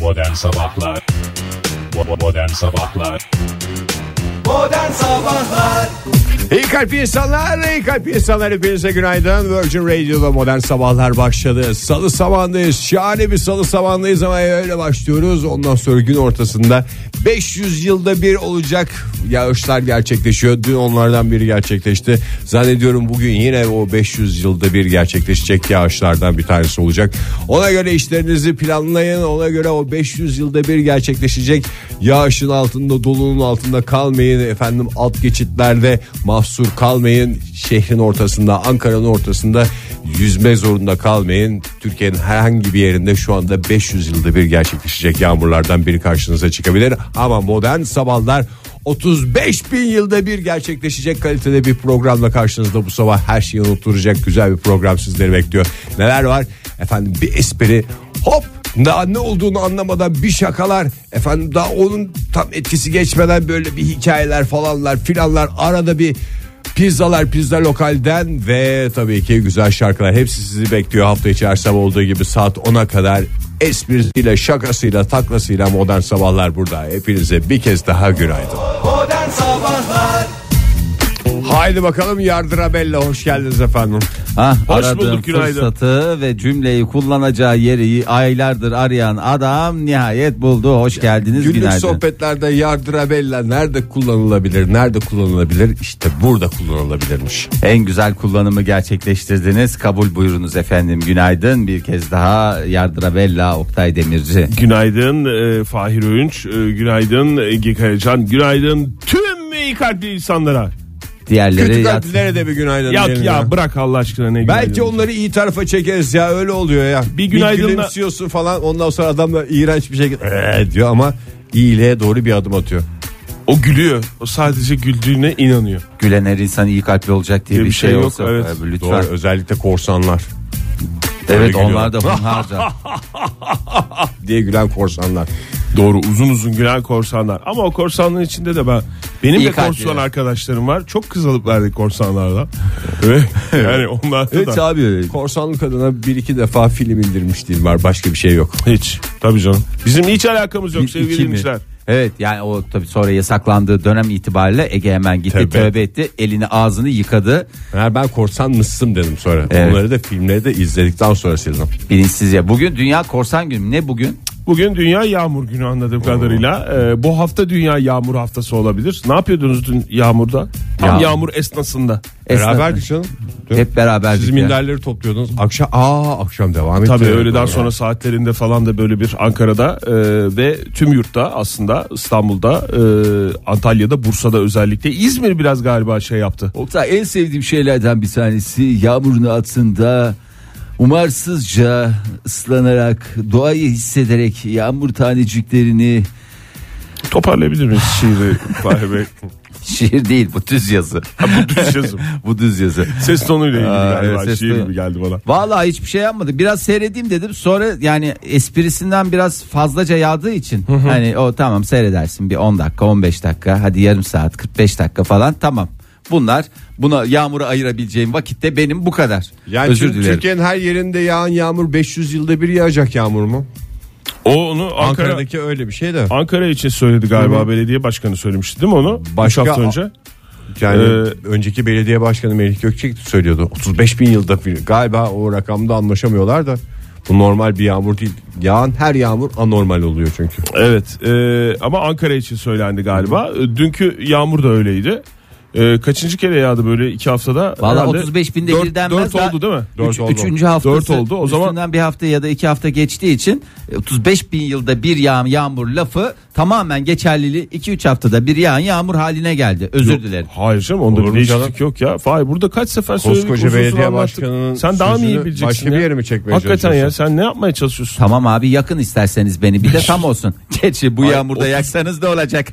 Modern Sabahlar Bo- Modern Sabahlar Modern Sabahlar İyi kalp insanlar, iyi kalp insanlar hepinize günaydın. Virgin Radio'da modern sabahlar başladı. Salı sabahındayız. Şahane bir salı sabahındayız ama öyle başlıyoruz. Ondan sonra gün ortasında 500 yılda bir olacak yağışlar gerçekleşiyor. Dün onlardan biri gerçekleşti. Zannediyorum bugün yine o 500 yılda bir gerçekleşecek yağışlardan bir tanesi olacak. Ona göre işlerinizi planlayın. Ona göre o 500 yılda bir gerçekleşecek yağışın altında, dolunun altında kalmayın. Efendim alt geçitlerde mahsur kalmayın. Şehrin ortasında, Ankara'nın ortasında yüzme zorunda kalmayın. Türkiye'nin herhangi bir yerinde şu anda 500 yılda bir gerçekleşecek yağmurlardan biri karşınıza çıkabilir. Ama modern sabahlar 35 bin yılda bir gerçekleşecek kalitede bir programla karşınızda bu sabah her şeyi unutturacak güzel bir program sizleri bekliyor. Neler var? Efendim bir espri hop daha ne olduğunu anlamadan bir şakalar efendim daha onun tam etkisi geçmeden böyle bir hikayeler falanlar filanlar arada bir Pizzalar pizza lokalden ve tabii ki güzel şarkılar hepsi sizi bekliyor hafta içi her sabah olduğu gibi saat 10'a kadar esprisiyle şakasıyla taklasıyla modern sabahlar burada hepinize bir kez daha günaydın. Modern Sabahlar Haydi bakalım Yardırabella hoş geldiniz efendim. Ah, Hoş aradığım bulduk, günaydın. fırsatı ve cümleyi kullanacağı yeri aylardır arayan adam nihayet buldu. Hoş geldiniz Günlük günaydın. sohbetlerde Yardırabella nerede kullanılabilir nerede kullanılabilir işte burada kullanılabilirmiş. En güzel kullanımı gerçekleştirdiniz. Kabul buyurunuz efendim. Günaydın bir kez daha Yardırabella Oktay Demirci. Günaydın e, Fahir Öğünç, e, günaydın e, Ege Kayacan, günaydın tüm iyi kalpli insanlara. Diğerleri Kötü yat. kalplilere de bir günaydın Ya, diyelim ya bırak Allah aşkına ne Belki günaydın. onları iyi tarafa çekeriz ya öyle oluyor ya. Bir günaydınla- gülümsüyorsun falan ondan sonra adam da iğrenç bir şekilde "Ee" diyor ama iyiliğe doğru bir adım atıyor. O gülüyor, o sadece güldüğüne inanıyor. Gülen her insan iyi kalpli olacak diye bir, şey, yok. Olsa, evet. Ee, Lütfen. Doğru özellikle korsanlar Evet gülüyor. onlar da hunharca. diye gülen korsanlar. Doğru uzun uzun gülen korsanlar. Ama o korsanların içinde de ben benim İyi de kalpli. korsan arkadaşlarım var. Çok kızılıp verdik korsanlarla. Ve yani onlar da evet abi. Korsanlık adına bir iki defa film indirmişliğim var başka bir şey yok. hiç. Tabii canım. Bizim hiç alakamız yok Bir- sevgili iki mi? dinleyiciler. Evet yani o tabii sonra yasaklandığı dönem itibariyle Ege hemen gitti Tabii. tövbe etti. Elini ağzını yıkadı. Eğer ben korsan mısın dedim sonra. Evet. Onları da filmleri de izledikten sonra sildim. Bilinçsiz ya. Bugün Dünya Korsan Günü. Ne bugün? Bugün Dünya Yağmur Günü anladığım kadarıyla. Ee, bu hafta Dünya Yağmur Haftası olabilir. Ne yapıyordunuz dün yağmurda? Tam Yağmur. yağmur, esnasında. Esnaf- Beraberdik canım. Dün Hep beraberdik. Siz ya. minderleri topluyordunuz. Akşam aa akşam devam etti. Tabii öğleden Doğru. sonra saatlerinde falan da böyle bir Ankara'da e, ve tüm yurtta aslında İstanbul'da, e, Antalya'da, Bursa'da özellikle İzmir biraz galiba şey yaptı. Oktay en sevdiğim şeylerden bir tanesi yağmurun altında umarsızca ıslanarak doğayı hissederek yağmur taneciklerini Toparlayabilir miyiz şiiri Fahri Bey? şiir değil bu düz yazı. Bu düz yazım. bu düz yazı. Ses tonuyla ilgili Aa, galiba evet, ses şiir tonu. gibi geldi bana. Vallahi hiçbir şey yapmadım. Biraz seyredeyim dedim. Sonra yani esprisinden biraz fazlaca yağdığı için hani o tamam seyredersin bir 10 dakika, 15 dakika, hadi yarım saat, 45 dakika falan tamam. Bunlar buna yağmura ayırabileceğim vakitte benim bu kadar. Yani Özür tüm dilerim. Türkiye'nin her yerinde yağan yağmur 500 yılda bir yağacak yağmur mu? O onu Ankara, Ankara'daki öyle bir şey de. Ankara için söyledi galiba belediye başkanı söylemişti değil mi onu? Başka- Başka hafta önce. Yani Ee, önceki belediye başkanı Melih Gökçek söylüyordu. 35 bin yılda bir galiba o rakamda anlaşamıyorlar da bu normal bir yağmur değil. Yağan her yağmur anormal oluyor çünkü. Evet e, ama Ankara için söylendi galiba. E, Dünkü yağmur da öyleydi. E, kaçıncı kere yağdı böyle iki haftada? Valla Herhalde 35 binde dört- bir denmez dört daha- oldu değil mi? Dört Üç, oldu. Üçüncü haftası Dört oldu. O zaman- üstünden bir hafta ya da iki hafta geçtiği için e, 35 bin yılda bir yağan yağmur lafı tamamen geçerliliği 2-3 haftada bir yağan yağmur haline geldi. Özür dilerim. Hayır canım onda Olur mu bir değişiklik canım? yok ya. Fahir burada kaç sefer söyledik Koskoca uzun uzun belediye anlattık. başkanının Sen daha mı iyi sözünü bileceksin başka ya? bir yere mi çekmeye Hakikaten ya çalışıyorsun? sen ne yapmaya çalışıyorsun? Tamam abi yakın isterseniz beni bir de tam olsun. Gerçi bu yağmurda yaksanız ne olacak?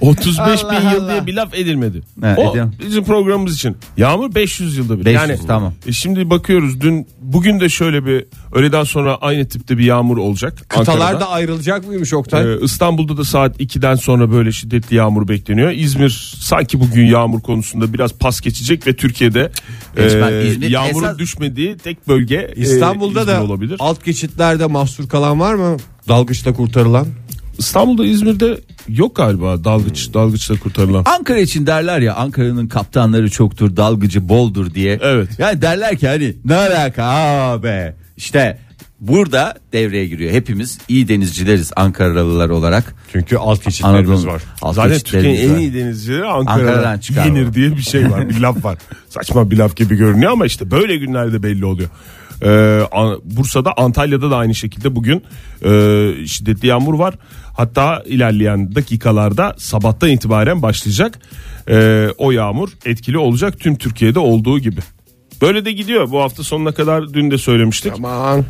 35 bin Allah yıl diye Allah. bir laf edilmedi. He, o ediyorum. bizim programımız için. Yağmur 500 yılda bir. 500, tamam. e, Şimdi bakıyoruz dün bugün de şöyle bir öğleden sonra aynı tipte bir yağmur olacak. Kıtalar Ankara'da. da ayrılacak mıymış Oktay? Ee, İstanbul'da da saat 2'den sonra böyle şiddetli yağmur bekleniyor. İzmir sanki bugün yağmur konusunda biraz pas geçecek ve Türkiye'de Geçmez. e, İzmir yağmurun esas- düşmediği tek bölge e, İstanbul'da İzmir da olabilir. alt geçitlerde mahsur kalan var mı? Dalgıçla kurtarılan. İstanbul'da İzmir'de yok galiba dalgıç dalgıçla kurtarılan. Ankara için derler ya Ankara'nın kaptanları çoktur dalgıcı boldur diye. Evet. Yani derler ki hani ne alaka abi. İşte burada devreye giriyor. Hepimiz iyi denizcileriz Ankaralılar olarak. Çünkü alt Anadolu alt Zaten geçitlerimiz Türkiye'nin en var. iyi denizcileri Ankara'dan Ankara'dan çıkar. yenir diye bir şey var. Bir laf var. Saçma bir laf gibi görünüyor ama işte böyle günlerde belli oluyor. Ee, An- Bursa'da Antalya'da da aynı şekilde bugün e, şiddetli yağmur var. Hatta ilerleyen dakikalarda sabahtan itibaren başlayacak. Ee, o yağmur etkili olacak tüm Türkiye'de olduğu gibi. Böyle de gidiyor bu hafta sonuna kadar dün de söylemiştik. Aman.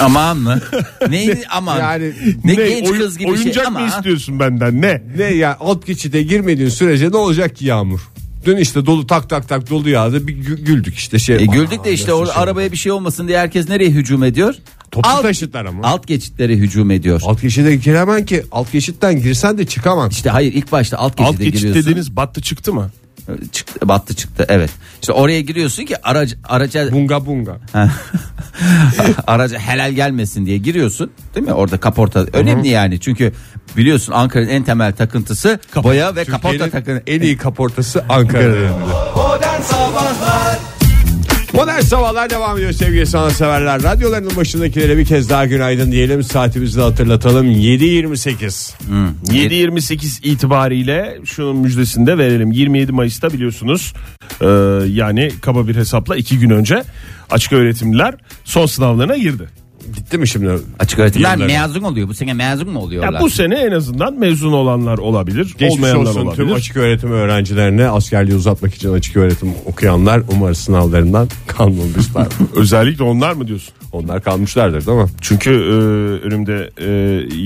Aman mı? Neydi aman? Yani ne, genç oyun- kız gibi oyuncak şey mı ama. istiyorsun benden ne? Ne ya alt geçide girmediğin sürece ne olacak ki yağmur? Dün işte dolu tak tak tak dolu yağdı. Bir gü- güldük işte şey. E, güldük Aa, de işte nasıl orada şey? arabaya bir şey olmasın diye herkes nereye hücum ediyor? Toplu alt, taşıtlar ama. Alt, alt geçitlere hücum ediyor. geçide giremem ki. Alt geçitten girsen de çıkamam. İşte hayır ilk başta alt geçide Alt geçit giriyorsun. dediğiniz battı çıktı mı? Çıktı, battı çıktı evet. İşte oraya giriyorsun ki araca araca Bunga bunga. araca helal gelmesin diye giriyorsun değil mi? Orada kaporta önemli yani. Çünkü biliyorsun Ankara'nın en temel takıntısı boya ve kaporta Türkiye'nin takın. En iyi kaportası Ankara'da. Modern Sabahlar Modern Sabahlar devam ediyor sevgili sanatseverler. Radyolarının başındakilere bir kez daha günaydın diyelim. Saatimizi de hatırlatalım. 7.28. 7.28 itibariyle şunun müjdesini de verelim. 27 Mayıs'ta biliyorsunuz e, yani kaba bir hesapla iki gün önce açık öğretimliler son sınavlarına girdi. Bitti mi şimdi? Açık öğretimler Yıllarına. mezun oluyor. Bu sene mezun mu oluyorlar? Ya bu sene en azından mezun olanlar olabilir, Geçmiş olmayanlar olsun olabilir. tüm açık öğretim öğrencilerine askerliği uzatmak için açık öğretim okuyanlar umarım sınavlarından kalmamışlar. Özellikle onlar mı diyorsun? Onlar kalmışlardır değil mi? Çünkü e, önümde e,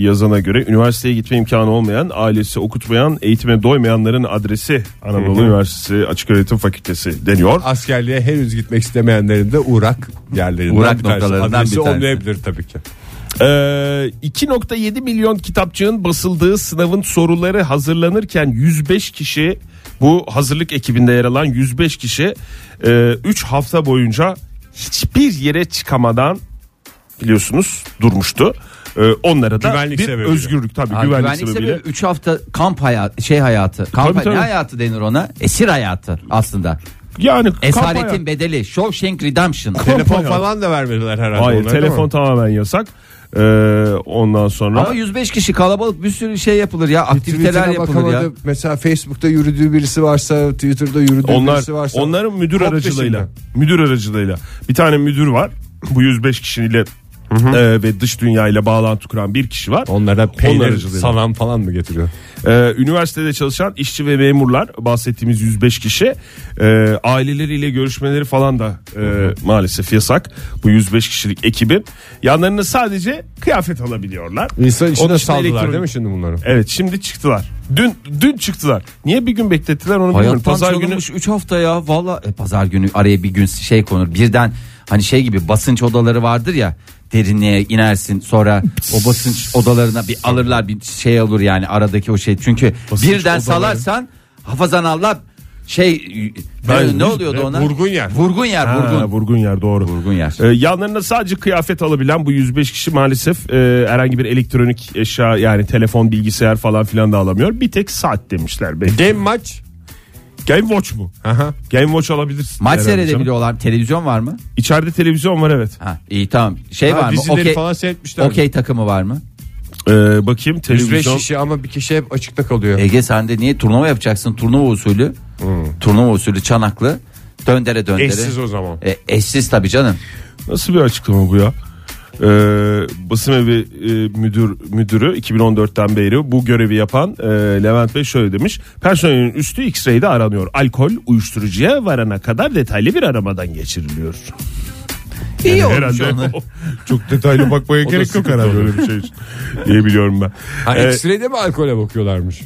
yazana göre üniversiteye gitme imkanı olmayan, ailesi okutmayan, eğitime doymayanların adresi Anadolu Üniversitesi Açık Öğretim Fakültesi deniyor. Askerliğe henüz gitmek istemeyenlerin de uğrak yerlerinden Uğrak bir tanesi. noktalarından bir Adresi tanesi. olmayabilir tabii ki. Ee, 2.7 milyon kitapçığın basıldığı sınavın soruları hazırlanırken 105 kişi bu hazırlık ekibinde yer alan 105 kişi 3 hafta boyunca hiçbir yere çıkamadan biliyorsunuz durmuştu. Ee, onlara da Güvenlik bir sebebiyle. özgürlük tabii Abi, güvenlik, güvenlik, sebebiyle. sebebi 3 hafta kamp hayatı şey hayatı. Kamp Tabii, tabii. ne hayatı denir ona? Esir hayatı aslında. Yani kamp Esaretin hayatı. bedeli. Shawshank Redemption. Telefon hayatı. falan da vermediler herhalde. Hayır onlara, değil telefon mi? tamamen yasak. Ee, ondan sonra Ama 105 kişi kalabalık bir sürü şey yapılır ya. Aktiviteler Twitter'a yapılır ya. bakamadı. Mesela Facebook'ta yürüdüğü birisi varsa, Twitter'da yürüdüğü Onlar birisi varsa. onların müdür Hop aracılığıyla. Müdür aracılığıyla. Bir tane müdür var. Bu 105 kişiyle e, ve dış dünyayla bağlantı kuran bir kişi var. Onlara Onlar peynir, aracılığıyla. salam falan mı getiriyor? E, üniversitede çalışan işçi ve memurlar bahsettiğimiz 105 kişi e, aileleriyle görüşmeleri falan da e, maalesef yasak. Bu 105 kişilik ekibin yanlarına sadece kıyafet alabiliyorlar. İnsan Onun içine dışında saldılar elektronik- değil mi şimdi bunları? Evet şimdi çıktılar. Dün dün çıktılar. Niye bir gün beklettiler onu bilmiyorum. Hayattan Pazar Pazar günü 3 hafta ya valla e, pazar günü araya bir gün şey konur birden hani şey gibi basınç odaları vardır ya derinliğe inersin sonra o basınç odalarına bir alırlar bir şey olur yani aradaki o şey çünkü Basınç birden odaları. salarsan hafazan Allah şey Ben- ne, ne oluyordu ona? Vurgun yer. Vurgun yer Ha, vurgun. vurgun yer doğru. Vurgun yer. Ee, yanlarına sadece kıyafet alabilen bu 105 kişi maalesef e, herhangi bir elektronik eşya yani telefon, bilgisayar falan filan da alamıyor. Bir tek saat demişler. Belki. Game maç. Game Watch mu? Game Watch alabilirsin. Maç herhalde canım. seyredebiliyorlar. Televizyon var mı? İçeride televizyon var evet. Ha, iyi tamam. Şey Ha, var mı? dizileri Okey falan seyretmişler. okey takımı var mı? Ee, bakayım 105 televizyon. kişi ama bir kişi hep açıkta kalıyor. Ege sen de niye turnuva yapacaksın? Turnuva usulü. Hmm. Turnuva usulü Çanaklı. Döndere döndere. Eşsiz o zaman. E, eşsiz tabii canım. Nasıl bir açıklama bu ya? Ee, basın evi e, müdür müdürü 2014'ten beri bu görevi yapan e, Levent Bey şöyle demiş. Personelin üstü X-ray'de aranıyor. Alkol uyuşturucuya varana kadar detaylı bir aramadan geçiriliyor. İyi Yani olmuş herhalde onlar. çok detaylı bakmaya da gerek yok sıkıntı herhalde öyle bir şey için diye biliyorum ben. Ha, Ee, X-ray'de mi alkole bakıyorlarmış?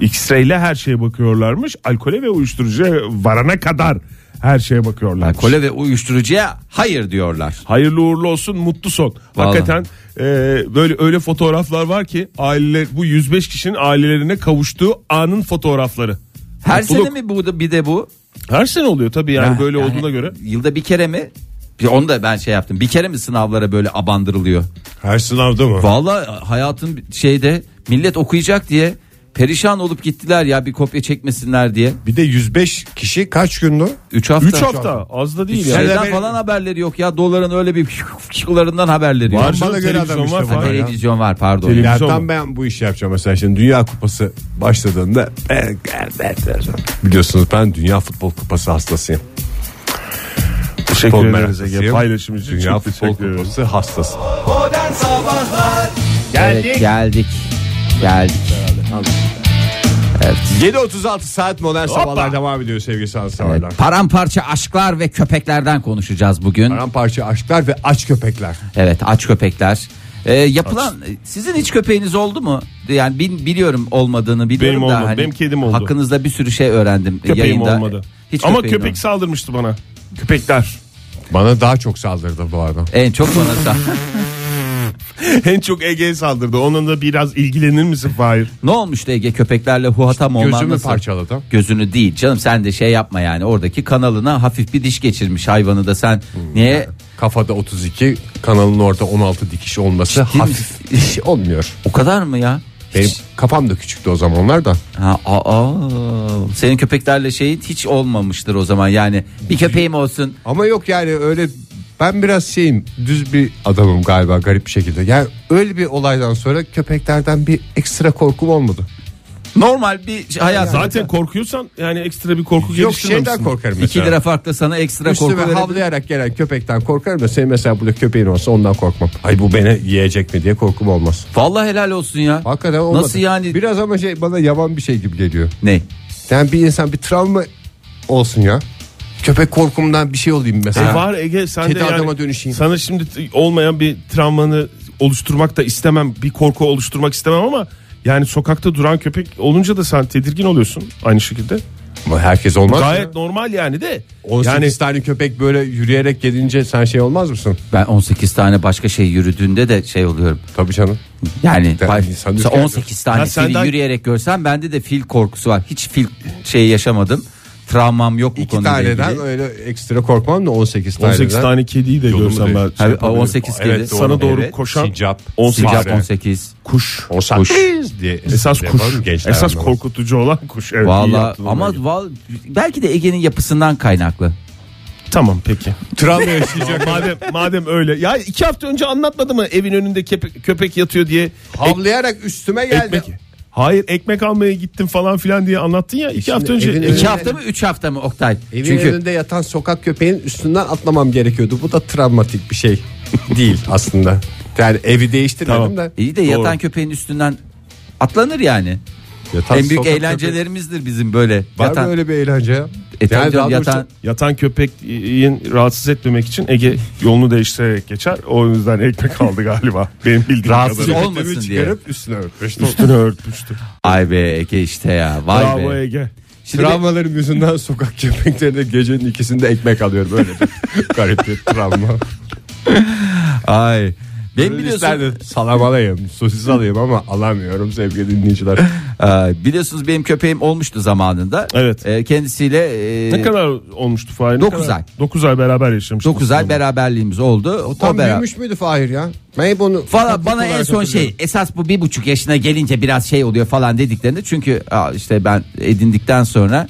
X-ray'le her şeye bakıyorlarmış. Alkole ve uyuşturucuya varana kadar her şeye bakıyorlarmış. Alkole ve uyuşturucuya hayır diyorlar. Hayırlı uğurlu olsun mutlu son. Hakikaten e, böyle öyle fotoğraflar var ki aileler bu 105 kişinin ailelerine kavuştuğu anın fotoğrafları. Her Mutluluk. sene mi bu da bir de bu? Her sene oluyor tabii yani Ha, böyle olduğuna göre. Yılda bir kere mi? Bir Onu da ben şey yaptım. Bir kere mi sınavlara böyle abandırılıyor? Her sınavda mı? Vallahi e, hayatın şeyde millet okuyacak diye perişan olup gittiler ya bir kopya çekmesinler diye. Bir de 105 kişi kaç gündü? 3 hafta. 3 hafta az da değil yani. Şeyden Şeyden beri- falan haberleri yok ya doların öyle bir fiyatlarından haberleri yok. Var Bana canım, göre televizyon adam var Ha, işte falan. var ya. televizyon Hani var pardon. Televizyon. Ya Biz tam olmadık. ben bu işi yapacağım mesela şimdi Dünya Kupası başladığında ben, biliyorsunuz ben Dünya Futbol Kupası hastasıyım. Teşekkür Futbol ederiz Ege. meraklısıyım. Paylaşım için Dünya çok Futbol teşekkür ederiz. Kupası hastası. Modern Sabahlar Evet, geldik. Geldik. Evet. 7.36 saat modern sabahlar devam ediyor sevgili sanatseverler. Evet, paramparça aşklar ve köpeklerden konuşacağız bugün. Paramparça aşklar ve aç köpekler. Evet aç köpekler. Ee, yapılan sizin hiç köpeğiniz oldu mu? Yani bin, biliyorum olmadığını biliyorum Benim da hani olmadı, benim kedim oldu. Hakkınızda bir sürü şey öğrendim Köpeğim yayında. olmadı. Hiç Ama köpeğin köpek olmadı. saldırmıştı bana. Köpekler. Bana daha çok saldırdı bu arada. en çok bana sa- en çok Ege'ye saldırdı. Onun da biraz ilgilenir misin Fahir? ne olmuştu Ege köpeklerle huhatam olman Gözümü nasıl? parçaladı. Gözünü değil canım sen de şey yapma yani oradaki kanalına hafif bir diş geçirmiş hayvanı da sen Hmm. niye Kafada 32, kanalın orada 16 dikiş olması Ciddi hafif misin? diş olmuyor. o kadar mı ya? Benim Hiç- kafam da küçüktü o zamanlar da. Ha, aa, senin köpeklerle şey hiç olmamıştır o zaman yani bir köpeğim olsun Ama yok yani öyle ben biraz şeyim düz bir adamım galiba garip bir şekilde. Yani öyle bir olaydan sonra köpeklerden bir ekstra korkum olmadı. normal bir hayat Zaten korkuyorsan yani ekstra bir korku Yok geliştirmemişsin. şeyden korkarım 2 mesela. lira farkla sana ekstra korku Üstüme verebilir. havlayarak gelen köpekten korkarım da senin mesela burada köpeğin olsa ondan korkmam. Ay bu beni yiyecek mi diye korkum olmaz. Vallahi helal olsun ya. Hakikaten olmadı. Nasıl yani? Biraz ama şey bana yavan bir şey gibi geliyor. Ne? Yani bir insan bir travma olsun ya. Köpek korkumdan bir şey olayım E mesela. var Ege sen Kedi de yani adama dönüşeyim. sana şimdi t- olmayan bir travmanı oluşturmak da istemem. Bir korku oluşturmak istemem ama yani sokakta duran köpek olunca da sen tedirgin oluyorsun aynı şekilde. Ama herkes olmaz. Gayet ya. normal yani de. 18 Yani tane köpek böyle yürüyerek gelince sen şey olmaz mısın? Ben 18 tane başka şey yürüdüğünde de şey oluyorum. Tabii canım. Yani Ben bay- insan mesela ürkerdim. 18 tane Ya fili senden- yürüyerek görsem bende de fil korkusu var. Hiç fil şeyi yaşamadım. Travmam yok bu İki konuyla taneden ilgili. öyle ekstra korkmam da 18 taneden. 18 tane kediyi de Yolumu görsem ben. değiş- şey Ha, yapabilirim. 18 kedi. Evet, sana Doğru. doğru Evet. koşan Sincap, 18 Sıcak fare. 18. kuş. Olsak Kuş. biz diye. Esas diye kuş. var mı Şey gençler Esas anlamaz. korkutucu olan kuş. Evet, iyi Valla yaptın onu ama Ege. val- belki de Ege'nin yapısından kaynaklı. Tamam peki. Travma yaşayacak. madem madem öyle. Ya iki hafta önce anlatmadı mı evin önünde köpek, köpek yatıyor diye Havlayarak üstüme geldi. ekmek. Hayır ekmek almaya gittim falan filan diye anlattın ya iki hafta önce. evin iki önünde- İki hafta mı üç hafta mı Oktay? Evin Çünkü önünde yatan sokak köpeğin üstünden atlamam gerekiyordu. Bu da travmatik bir şey değil aslında. Yani evi değiştirmedim Tamam. de. iyi de yatan köpeğin üstünden atlanır yani. Yatan en büyük sokak köpeği- eğlencelerimizdir bizim böyle. Var yatan, mı öyle bir eğlence ya? E, tabii canım, daha doğrusu yatan- Yatan köpeğin rahatsız etmemek için Ege yolunu değiştirerek geçer. O yüzden ekmek aldı galiba. Benim bildiğim Rahatsız kadarıyla. olmasın köpeğimi diye. çıkarıp üstüne örtmüştüm. Üstünü örtmüştü. Ay be Ege işte ya. Vay Bravo be. Ege. Şimdi bir- Travmalarım yüzünden sokak köpeklerine gecenin ikisinde ekmek alıyorum. Öyle bir garip bir travma. Ay. Ben İster biliyorsun, de salam alayım, sosis alayım ama alamıyorum sevgili dinleyiciler. Ay, biliyorsunuz benim köpeğim olmuştu zamanında. Evet. E, kendisiyle e, Ne kadar olmuştu Fahir? Dokuz ay. 9 ay beraber yaşamıştık. 9 ay beraberliğimiz oldu. O Tam beraber- büyümüş müydü Fahir ya? Ben bunu Valla ufaklık bana en olarak son hatırlıyorum. şey esas bu bir buçuk yaşına gelince biraz şey oluyor falan dediklerinde çünkü aa, işte ben edindikten sonra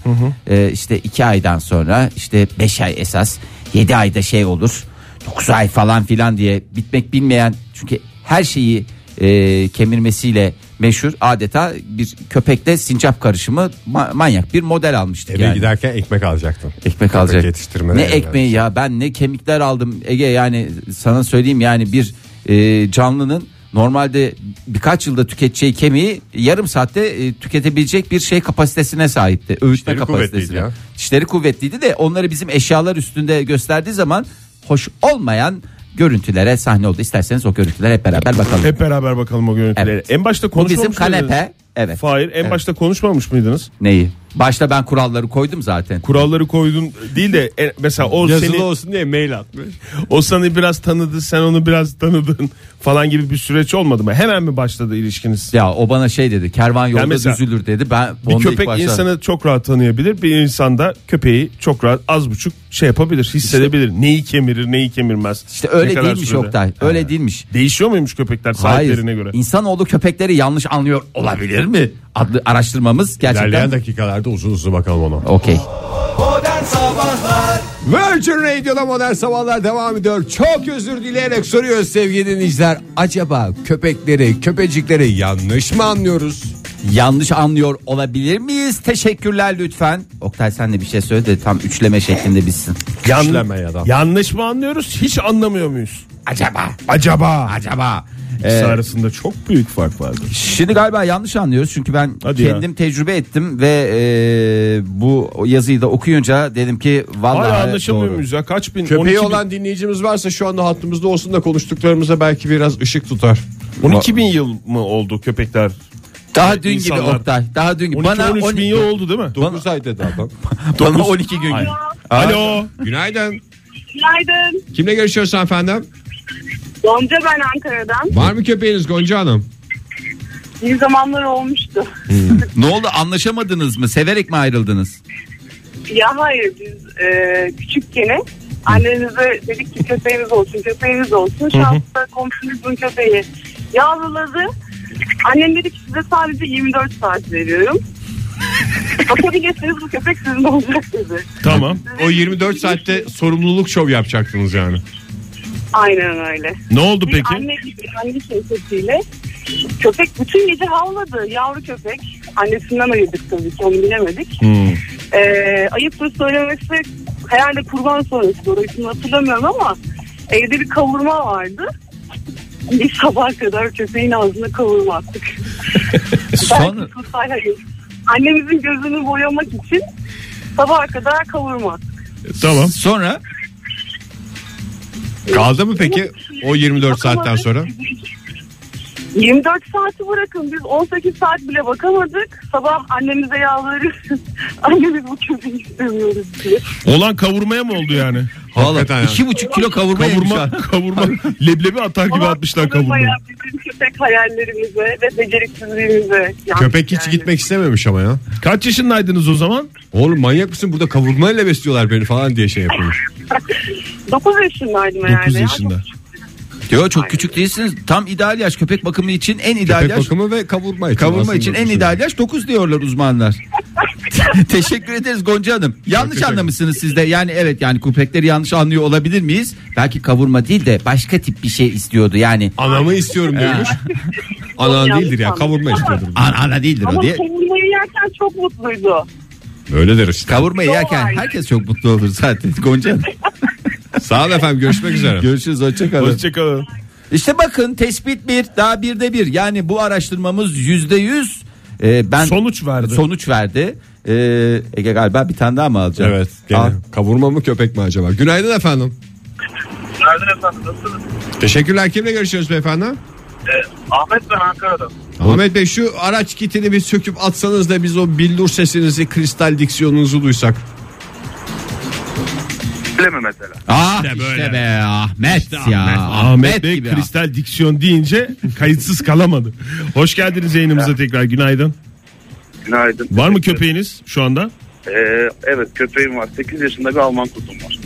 e, işte iki aydan sonra işte beş ay esas yedi ayda şey olur dokuz ay falan filan diye bitmek bilmeyen çünkü her şeyi e, kemirmesiyle meşhur adeta bir köpekle sincap karışımı ma- manyak bir model almıştık Eve yani. giderken ekmek alacaktım. Ekmek alacak. yetiştirmene Ne yani. ekmeği ya ben ne kemikler aldım Ege yani sana söyleyeyim yani bir e, canlının normalde birkaç yılda tüketeceği kemiği yarım saatte e, tüketebilecek bir şey kapasitesine sahipti. Öğütme Dişleri kuvvetliydi kapasitesine. ya. Dişleri kuvvetliydi de onları bizim eşyalar üstünde gösterdiği zaman hoş olmayan görüntülere sahne oldu. İsterseniz o görüntülere hep beraber bakalım. Hep beraber bakalım o görüntüleri. Evet. En başta Bu konuşmamış bizim kanepe. mıydınız? Evet. Hayır en Evet. başta konuşmamış mıydınız? Neyi? Başta ben kuralları koydum zaten. Kuralları koydun değil de e, mesela o Yazılı seni olsun diye mail atmış. o seni biraz tanıdı sen onu biraz tanıdın falan gibi bir süreç olmadı mı? Hemen mi başladı ilişkiniz? Ya o bana şey dedi. Kervan yolda Yani mesela düzülür dedi. Ben Bir onda ilk köpek başta- insanı çok rahat tanıyabilir. Bir insan da köpeği çok rahat az buçuk şey yapabilir, hissedebilir. Neyi kemirir, neyi kemirmez. İşte öyle Ne kadar değilmiş sürede. Oktay. Öyle değilmiş. Değişiyor muymuş köpekler Hayır. sahiplerine göre? İnsanoğlu köpekleri yanlış anlıyor olabilir mi? Adlı araştırmamız gerçekten. İlerleyen dakikalarda uzun uzun bakalım ona. Okey. Modern Sabahlar Virgin Radio'da modern sabahlar devam ediyor. Çok özür dileyerek soruyoruz sevgili dinleyiciler. Acaba köpekleri, köpecikleri yanlış mı anlıyoruz? Yanlış anlıyor olabilir miyiz? Teşekkürler lütfen. Oktay sen de bir şey söyle de tam üçleme şeklinde bitsin. Üçleme ya da. Yanlış mı anlıyoruz? Hiç anlamıyor muyuz? Acaba Acaba. acaba. E, İkisi arasında çok büyük fark vardır. Şimdi galiba yanlış anlıyoruz çünkü ben Hadi kendim tecrübe ettim ve e, bu yazıyı da okuyunca dedim ki vallahi Hala anlaşılmıyor doğru. muyuz ya? Kaç bin? Köpeği 12 bin- olan dinleyicimiz varsa şu anda hattımızda olsun da konuştuklarımıza belki biraz ışık tutar. 12 bin yıl mı oldu köpekler? Daha dün gibi İnsanlar- Oktay. Daha dün gibi. 12 E, bana 13 bin 12 yıl oldu değil mi? 9 ay dedi adam. Bana 12 gün. Alo. Günaydın. Günaydın. Kimle görüşüyoruz efendim? Gonca ben Ankara'dan. Var mı köpeğiniz Gonca Hanım? Bir zamanlar olmuştu. Ne oldu anlaşamadınız mı? Severek mi ayrıldınız? ya hayır biz e, küçükken annemize dedik ki köpeğimiz olsun köpeğimiz olsun. Şu anda komşumuzun köpeği yavruladı. Annem dedi ki size sadece 24 saat veriyorum. Bakabilirsiniz bu köpek sizin olacak dedi. Tamam. O 24 saatte sorumluluk şov yapacaktınız yani. Aynen öyle. Ne oldu Bir peki? anne gibi anne şefkatiyle köpek bütün gece havladı. Yavru köpek. Annesinden ayırdık tabii ki onu bilemedik. Hmm. Ee, ayıptır söylemesi herhalde kurban sonrası doğru ismini hatırlamıyorum ama evde bir kavurma vardı. Bir sabah kadar köpeğin ağzına kavurma attık. E, Sonra Belki kusay hayır. Annemizin gözünü boyamak için sabaha kadar kavurma attık. Tamam. sonra Kaldı mı peki o 24 saatten Bakamadık. sonra? 24 saati bırakın biz 18 saat bile bakamadık. Sabah annemize yalvarıyoruz. Annemiz bu köpeği istemiyoruz diye. Olan kavurmaya mı oldu yani? Valla Hakikaten yani. iki buçuk kilo kavurma, yemiş Kavurma, ha. kavurma, leblebi atar gibi Ama atmışlar kavurma kavurmayı. ya, Bizim köpek hayallerimize ve beceriksizliğimize. yanlış Köpek hiç yani. gitmek istememiş ama ya. Kaç yaşındaydınız o zaman? Oğlum manyak mısın burada kavurmayla besliyorlar beni falan diye şey yapıyormuş. 9 yaşındaydım herhalde. 9 ya. yaşında. Yo çok küçük değilsiniz. Tam ideal yaş köpek bakımı için en ideal Köpek yaş. bakımı ve kavurma için. Kavurma aslında şey. için en düşünün. ideal yaş 9 diyorlar uzmanlar. Teşekkür ederiz Gonca Hanım. Yanlış anlamışsınız siz de. Yani evet yani köpekleri yanlış anlıyor olabilir miyiz? Belki kavurma değil de başka tip bir şey istiyordu. Yani Anamı istiyorum diyormuş. Anan Yanlış değildir ya anladım. kavurma Ama- istiyordur. ana, ana değildir o Ama şey- diye. kavurmayı yerken çok mutluydu. Öyle deriz. Kavurmayı Doğru. yerken herkes çok mutlu olur zaten Gonca Hanım. Sağ olun efendim görüşmek üzere. Görüşürüz hoşçakalın. Hoşçakalın. İşte bakın tespit bir daha birde bir yani bu araştırmamız yüzde yüz e, ben Sonuç verdi. sonuç verdi. E, Ege galiba bir tane daha mı alacağım? Evet. gene. Al. Kavurma mı köpek mi acaba? Günaydın efendim. Günaydın efendim nasılsınız? Teşekkürler. Kimle görüşüyoruz beyefendi? Ee, Ahmet ben Ankara'dan. Ahmet Bey şu araç kitini bir söküp atsanız da biz o billur sesinizi, kristal diksiyonunuzu duysak. Öyle mi mesela? Ah İşte işte, böyle. be Ahmet ya. Ahmet, Ahmet Bey kristal diksiyon deyince kayıtsız kalamadı. Hoş geldiniz yayınımıza tekrar günaydın. Günaydın. Var mı köpeğiniz şu anda? Ee, evet köpeğim var. 8 yaşında bir Alman kuzum var.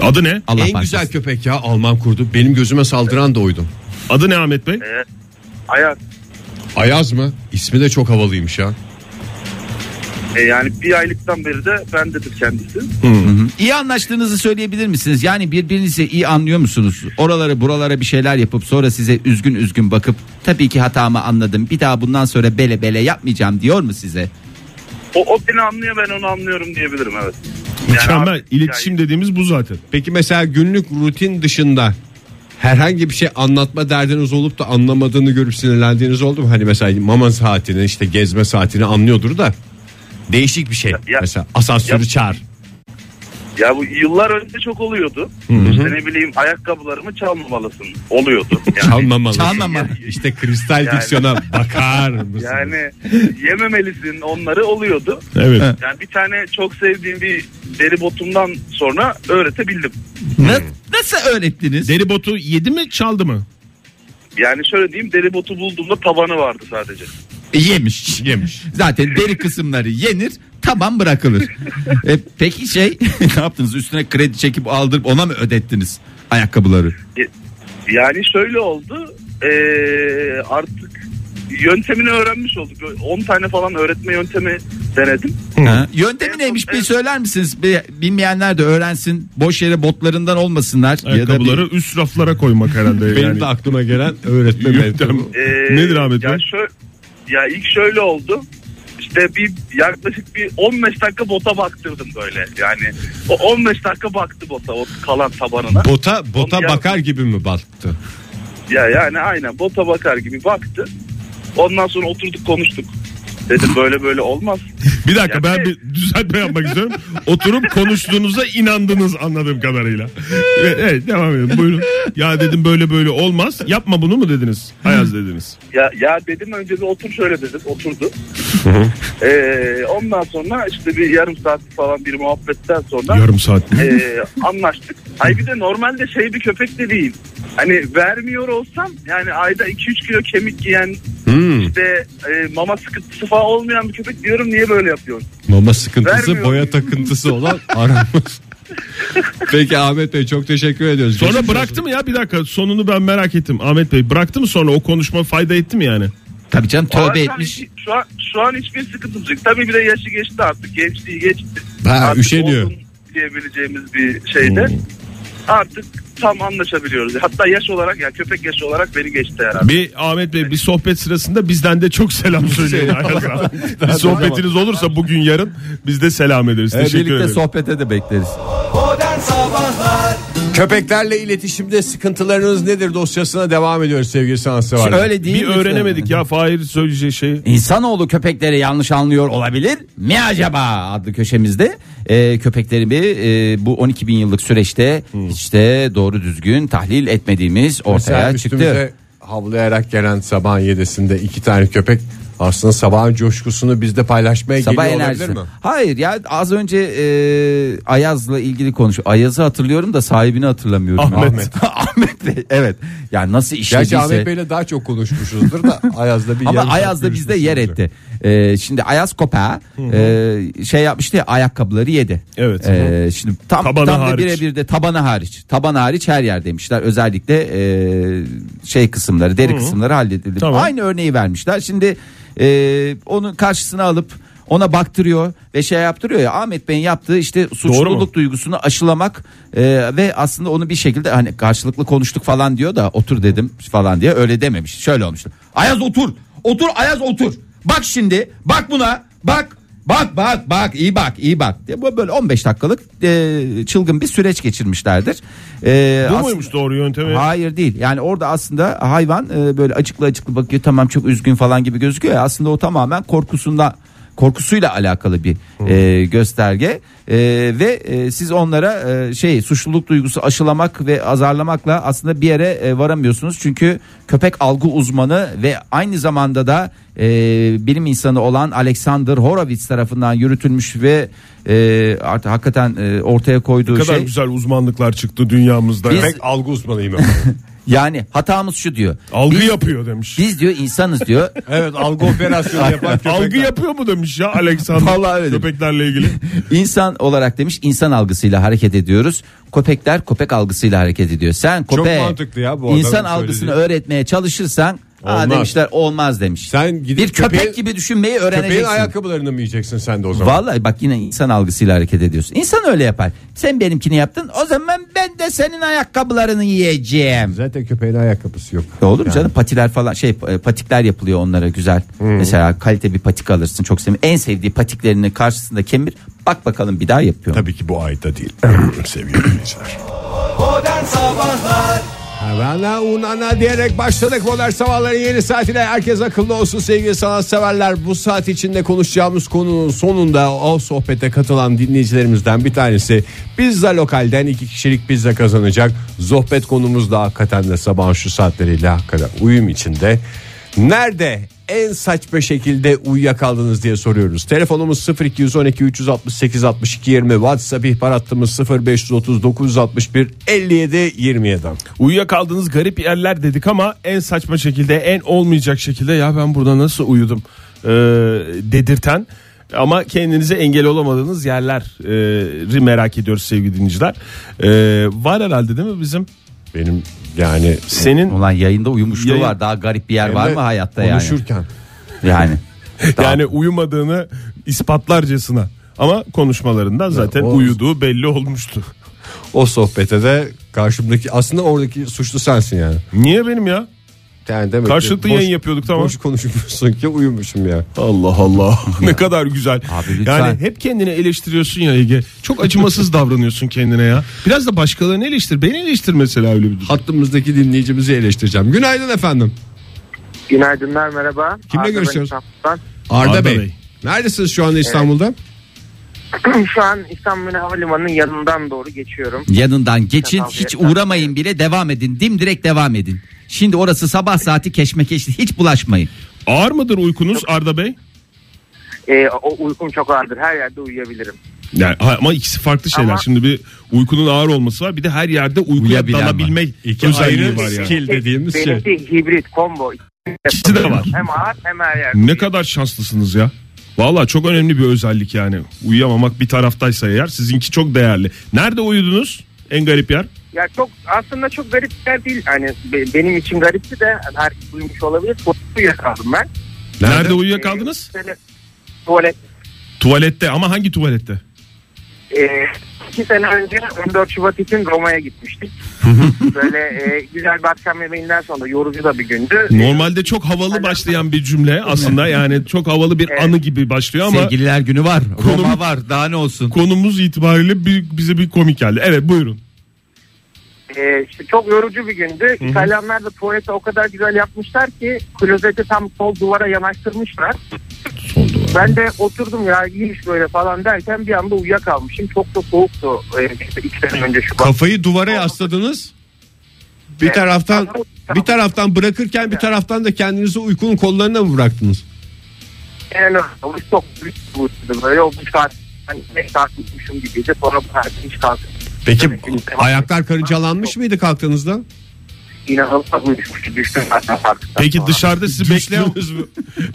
Adı ne? Allah en güzel köpek ya Alman kurdu. Benim gözüme saldıran da oydu. Adı ne Ahmet Bey? Ayak Ayaz mı? İsmi de çok havalıymış ya. e, yani bir aylıktan beri de bendedir kendisi. İyi anlaştığınızı söyleyebilir misiniz? Yani birbirinizi iyi anlıyor musunuz? Oralara buralara bir şeyler yapıp sonra size üzgün üzgün bakıp tabii ki hatamı anladım. Bir daha bundan sonra bele bele yapmayacağım diyor mu size? O, o beni anlıyor ben onu anlıyorum diyebilirim evet. Yani Mükemmel. artık İletişim dediğimiz bu zaten. Peki mesela günlük rutin dışında herhangi bir şey anlatma derdiniz olup da anlamadığını görüp sinirlendiğiniz oldu mu? Hani mesela mama saatini işte gezme saatini anlıyordur da değişik bir şey. ya- mesela asansörü ya- çağır. Ya bu yıllar önce çok oluyordu. İşte ne bileyim ayakkabılarımı çalmamalısın oluyordu. Yani, Çalmamalı. Çalmamalı. İşte kristal Yani. diksiyona bakar mısın? yani yememelisin onları oluyordu. Evet. Yani bir tane çok sevdiğim bir deri botumdan sonra öğretebildim. Na- nasıl öğrettiniz? Deri botu yedi mi çaldı mı? Yani şöyle diyeyim deri botu bulduğumda tabanı vardı sadece. E, Yemiş. Yemiş. Zaten deri kısımları yenir tamam bırakılır. e, peki şey ne yaptınız üstüne kredi çekip aldırıp ona mı ödettiniz ayakkabıları? Yani şöyle oldu. Ee, artık yöntemini öğrenmiş olduk. 10 tane falan öğretme yöntemi denedim. Ha? Yöntemi En neymiş son- bir en- söyler misiniz? Bir, bilmeyenler de öğrensin. Boş yere botlarından olmasınlar. Ya da Ayakkabıları bir- üst raflara koymak herhalde. Benim yani. de aklıma gelen öğretme Yöntem. mevzumu. Ee, Nedir Ahmet Bey? ya, şö- ya ilk şöyle oldu. İşte bir yaklaşık bir 15 dakika bota baktırdım böyle. Yani o 15 dakika baktı bota o kalan tabanına. Bota bota Onu yaz- bakar gibi mi baktı? Ya yani aynen bota bakar gibi baktı. Ondan sonra oturduk konuştuk. Dedim böyle böyle olmaz. Bir dakika Ya ben bir- bir düzeltme yapmak istiyorum. Oturup konuştuğunuza inandınız anladığım kadarıyla. Evet, evet devam edin buyurun. Ya dedim böyle böyle olmaz. Yapma bunu mu dediniz? Ayaz dediniz. Ya, ya dedim önce bir otur şöyle dedim oturdu. Ee, ondan sonra işte bir yarım saat falan bir muhabbetten sonra Yarım saat mi? ee, anlaştık. Ay bir de normalde şey bir köpek de değil. Hani vermiyor olsam yani ayda 2-3 kilo kemik giyen işte e, mama sıkıntısı falan olmayan bir köpek diyorum niye böyle yapıyorsun? Mama sıkıntısı, Vermiyor. boya takıntısı olan aramız. Peki Ahmet Bey çok teşekkür ediyoruz. Sonra Geçmiş bıraktı mı ya bir dakika sonunu ben merak ettim Ahmet Bey. Bıraktı mı sonra o konuşma fayda etti mi yani? Tabii canım tövbe Aa, etmiş. tabii ki Şu an, şu an hiçbir sıkıntımız yok. Tabii bir de yaşı geçti artık. Gençliği geçti. Ha, artık üşeniyor. olsun diyebileceğimiz bir şeyde. Artık tam anlaşabiliyoruz. Hatta yaş olarak yani köpek yaşı olarak beni geçti herhalde. Bir Ahmet Bey bir sohbet sırasında bizden de çok selam söyleyin Ayaz'a. bir sohbetiniz olursa bugün yarın biz de selam ederiz. Ee, Teşekkür birlikte ederiz. sohbete de bekleriz. Modern Sabahlar Köpeklerle iletişimde sıkıntılarınız nedir dosyasına devam ediyoruz sevgili sanatseverler. Öyle değil bir mi? öğrenemedik ya Fahir söyleyeceği şey. şeyi. İnsanoğlu köpekleri yanlış anlıyor olabilir mi acaba adlı köşemizde e, köpeklerimi e, bu 12 bin yıllık süreçte hiç de doğru düzgün tahlil etmediğimiz ortaya Hmm. Mesela çıktı. üstümüze havlayarak gelen sabahın yedisinde iki tane köpek aslında sabahın coşkusunu bizde paylaşmaya Sabah geliyor enerjisi. olabilir mi? Hayır ya az önce e, Ayaz'la ilgili konuş. Ayaz'ı hatırlıyorum da sahibini hatırlamıyorum. ya. Ahmet. Ahmet Bey evet. Yani nasıl işlediyse. Gerçi Ahmet Bey'le daha çok konuşmuşuzdur da Ayaz'da bir Ama yarım saat Ayaz da bizde görüşmemiz yer olacak. etti. Ee, şimdi Ayaz Kopa e, şey yapmıştı ya ayakkabıları yedi. Evet. Ee, şimdi tam, Tabanı tam da hariç. birebir de tabanı hariç. Tabanı hariç her yer demişler. Özellikle e, şey kısımları deri kısımları halledildi. Tamam. Aynı örneği vermişler. Şimdi e, onun karşısına alıp ona baktırıyor ve şey yaptırıyor ya Ahmet Bey'in yaptığı işte suçluluk duygusunu aşılamak e, ve aslında onu bir şekilde hani karşılıklı konuştuk falan diyor da otur dedim falan diye öyle dememiş. Şöyle olmuştu. Ayaz otur. Otur Ayaz otur. Bak şimdi bak buna bak bak bak bak iyi bak iyi bak diye bu böyle 15 dakikalık e, çılgın bir süreç geçirmişlerdir. E, Bu aslında- muymuş doğru yöntemi? Hayır değil. Yani orada aslında hayvan e, böyle acıklı acıklı bakıyor. Tamam çok üzgün falan gibi gözüküyor. ya. Aslında o tamamen korkusunda korkusuyla alakalı bir Hmm. e, gösterge E, ve e, siz onlara e, şey suçluluk duygusu aşılamak ve azarlamakla aslında bir yere e, varamıyorsunuz çünkü köpek algı uzmanı ve aynı zamanda da e, bilim insanı olan Alexander Horowitz tarafından yürütülmüş ve e, artık hakikaten e, ortaya koyduğu Ne kadar şey güzel uzmanlıklar çıktı dünyamızda. Biz- Pek Algı uzmanıyım. yani hatamız şu diyor algı Biz- yapıyor demiş. Biz diyor insanız diyor. evet algı operasyonu yapan köpekler. algı yapıyor mu demiş ya Alexander Vallahi öyle demiş. köpeklerle ilgili. İnsan olarak demiş insan algısıyla hareket ediyoruz. Köpekler köpek algısıyla hareket ediyor. Sen köpeğe mantıklı ya bu adamın insan söylediği. algısını öğretmeye çalışırsan aa Olmaz. demişler olmaz demiş. Sen gidip bir köpek köpeğin- gibi düşünmeyi Köpeğin öğreneceksin. ayakkabılarını mı yiyeceksin sen de o zaman? Vallahi bak yine insan algısıyla hareket ediyorsun. İnsan öyle yapar. Sen benimkini yaptın. O zaman ben de senin ayakkabılarını yiyeceğim. Zaten köpeğin ayakkabısı yok. E Olur mu canım patiler falan şey e, patikler yapılıyor onlara güzel. Hmm. Mesela kalite bir patik alırsın çok sevim. En sevdiği patiklerinin karşısında kemir. Bak bakalım bir daha yapıyor. mu? Tabii ki bu ayda değil. Sevgili dinleyiciler. Modern Sabahlar Havana unana diyerek başladık modern sabahların yeni saatine. Herkes akıllı olsun sevgili sanatseverler. Bu saat içinde konuşacağımız konunun sonunda o sohbete katılan dinleyicilerimizden bir tanesi pizza lokalden iki kişilik pizza kazanacak. Sohbet konumuz da hakikaten de sabahın şu saatleriyle hakikaten uyum içinde. Nerede en saçma şekilde uyuyakaldınız diye soruyoruz. Telefonumuz 0212 368 62 20 WhatsApp ihbar hattımız 0530 961 57 27. Uyuyakaldığınız garip yerler dedik ama en saçma şekilde en olmayacak şekilde ya ben burada nasıl uyudum e, dedirten ama kendinize engel olamadığınız yerleri merak ediyoruz sevgili dinleyiciler. E, var herhalde değil mi bizim? Benim yani Senin Ulan yayında uyumuşluğu Yayın- var. Daha garip bir yer var mı hayatta yani? konuşurken Yani. yani uyumadığını ispatlarcasına ama konuşmalarından zaten o- uyuduğu belli olmuştu. o sohbete de karşımdaki aslında oradaki suçlu sensin yani. Niye benim ya? Yani demek ki Karşılıklı boş- yayın yapıyorduk tamam. Boş konuşmuşsun ki uyumuşum ya. Allah Allah. ne kadar güzel. lütfen. yani hep kendini eleştiriyorsun ya Ege. Çok acımasız davranıyorsun kendine ya. Biraz da başkalarını eleştir. Beni eleştir mesela öyle bir durum. Hattımızdaki dinleyicimizi eleştireceğim. Günaydın efendim. Günaydınlar merhaba. Kimle ben görüşüyoruz? İstanbul'dan. Arda, Arda Bey. Bey. Neredesiniz şu anda İstanbul'da? Şu an İstanbul Havalimanı'nın yanından doğru geçiyorum. Yanından geçin Tamam, hiç yeter. uğramayın bile devam edin. Dimdirek devam edin. Şimdi orası sabah saati keşmekeş hiç bulaşmayın. Ağır mıdır uykunuz Arda Bey? Ee, o uykum çok ağırdır. Her yerde uyuyabilirim. Yani, ha- ama ikisi farklı şeyler. Ama- Şimdi bir uykunun ağır olması var. Bir de her yerde uykuya Uyuyabilen var. dalabilmek özelliği var yani. skill dediğimiz şey. Benimki hibrit, combo. İkisi de var. Hem ağır hem her yerde. Ne kadar şanslısınız ya. Valla çok önemli bir özellik yani. Uyuyamamak bir taraftaysa eğer sizinki çok değerli. Nerede uyudunuz? En garip yer. Ya çok aslında çok garip bir yer değil. Hani be- benim için garipti de hani herkes uyumuş olabilir. Tuvalette uyuyakaldım ben. Nerede, uyuyakaldınız? Ee, sene- tuvalet. Tuvalette ama hangi tuvalette? Ee, iki sene önce 14 Şubat için Roma'ya gitmiştik. Böyle e, güzel bir akşam yemeğinden sonra yorucu da bir gündü. Normalde çok havalı başlayan bir cümle aslında yani çok havalı bir Evet. anı gibi başlıyor ama Sevgililer günü var. Konum- Roma var. Daha ne olsun? konumuz itibariyle bir, bize bir komik geldi. Evet buyurun. Ee, işte çok yorucu bir gündü. İtalyanlar da tuvaleti o kadar güzel yapmışlar ki klozeti tam sol duvara yanaştırmışlar. Ben de oturdum ya iyiymiş böyle falan derken bir anda uyuyakalmışım. Çok da soğuktu. Ee, işte iki sene önce Şubat. Kafayı duvara yasladınız. Bir taraftan bir taraftan bırakırken bir taraftan da kendinizi uykunun kollarına mı bıraktınız? Yani olmuş çok büyük bir uyuydu. Böyle o bir saat hani beş saat uyumuşum gibiydi. Sonra bu saat hiç kalktım. Peki Evet, evet. ayaklar karıncalanmış mıydı kalktığınızda? İnanılmaz uyuşmuştu. Düştüm zaten farkından Peki sonra. dışarıda sizi bekleyen Düştünüz mü?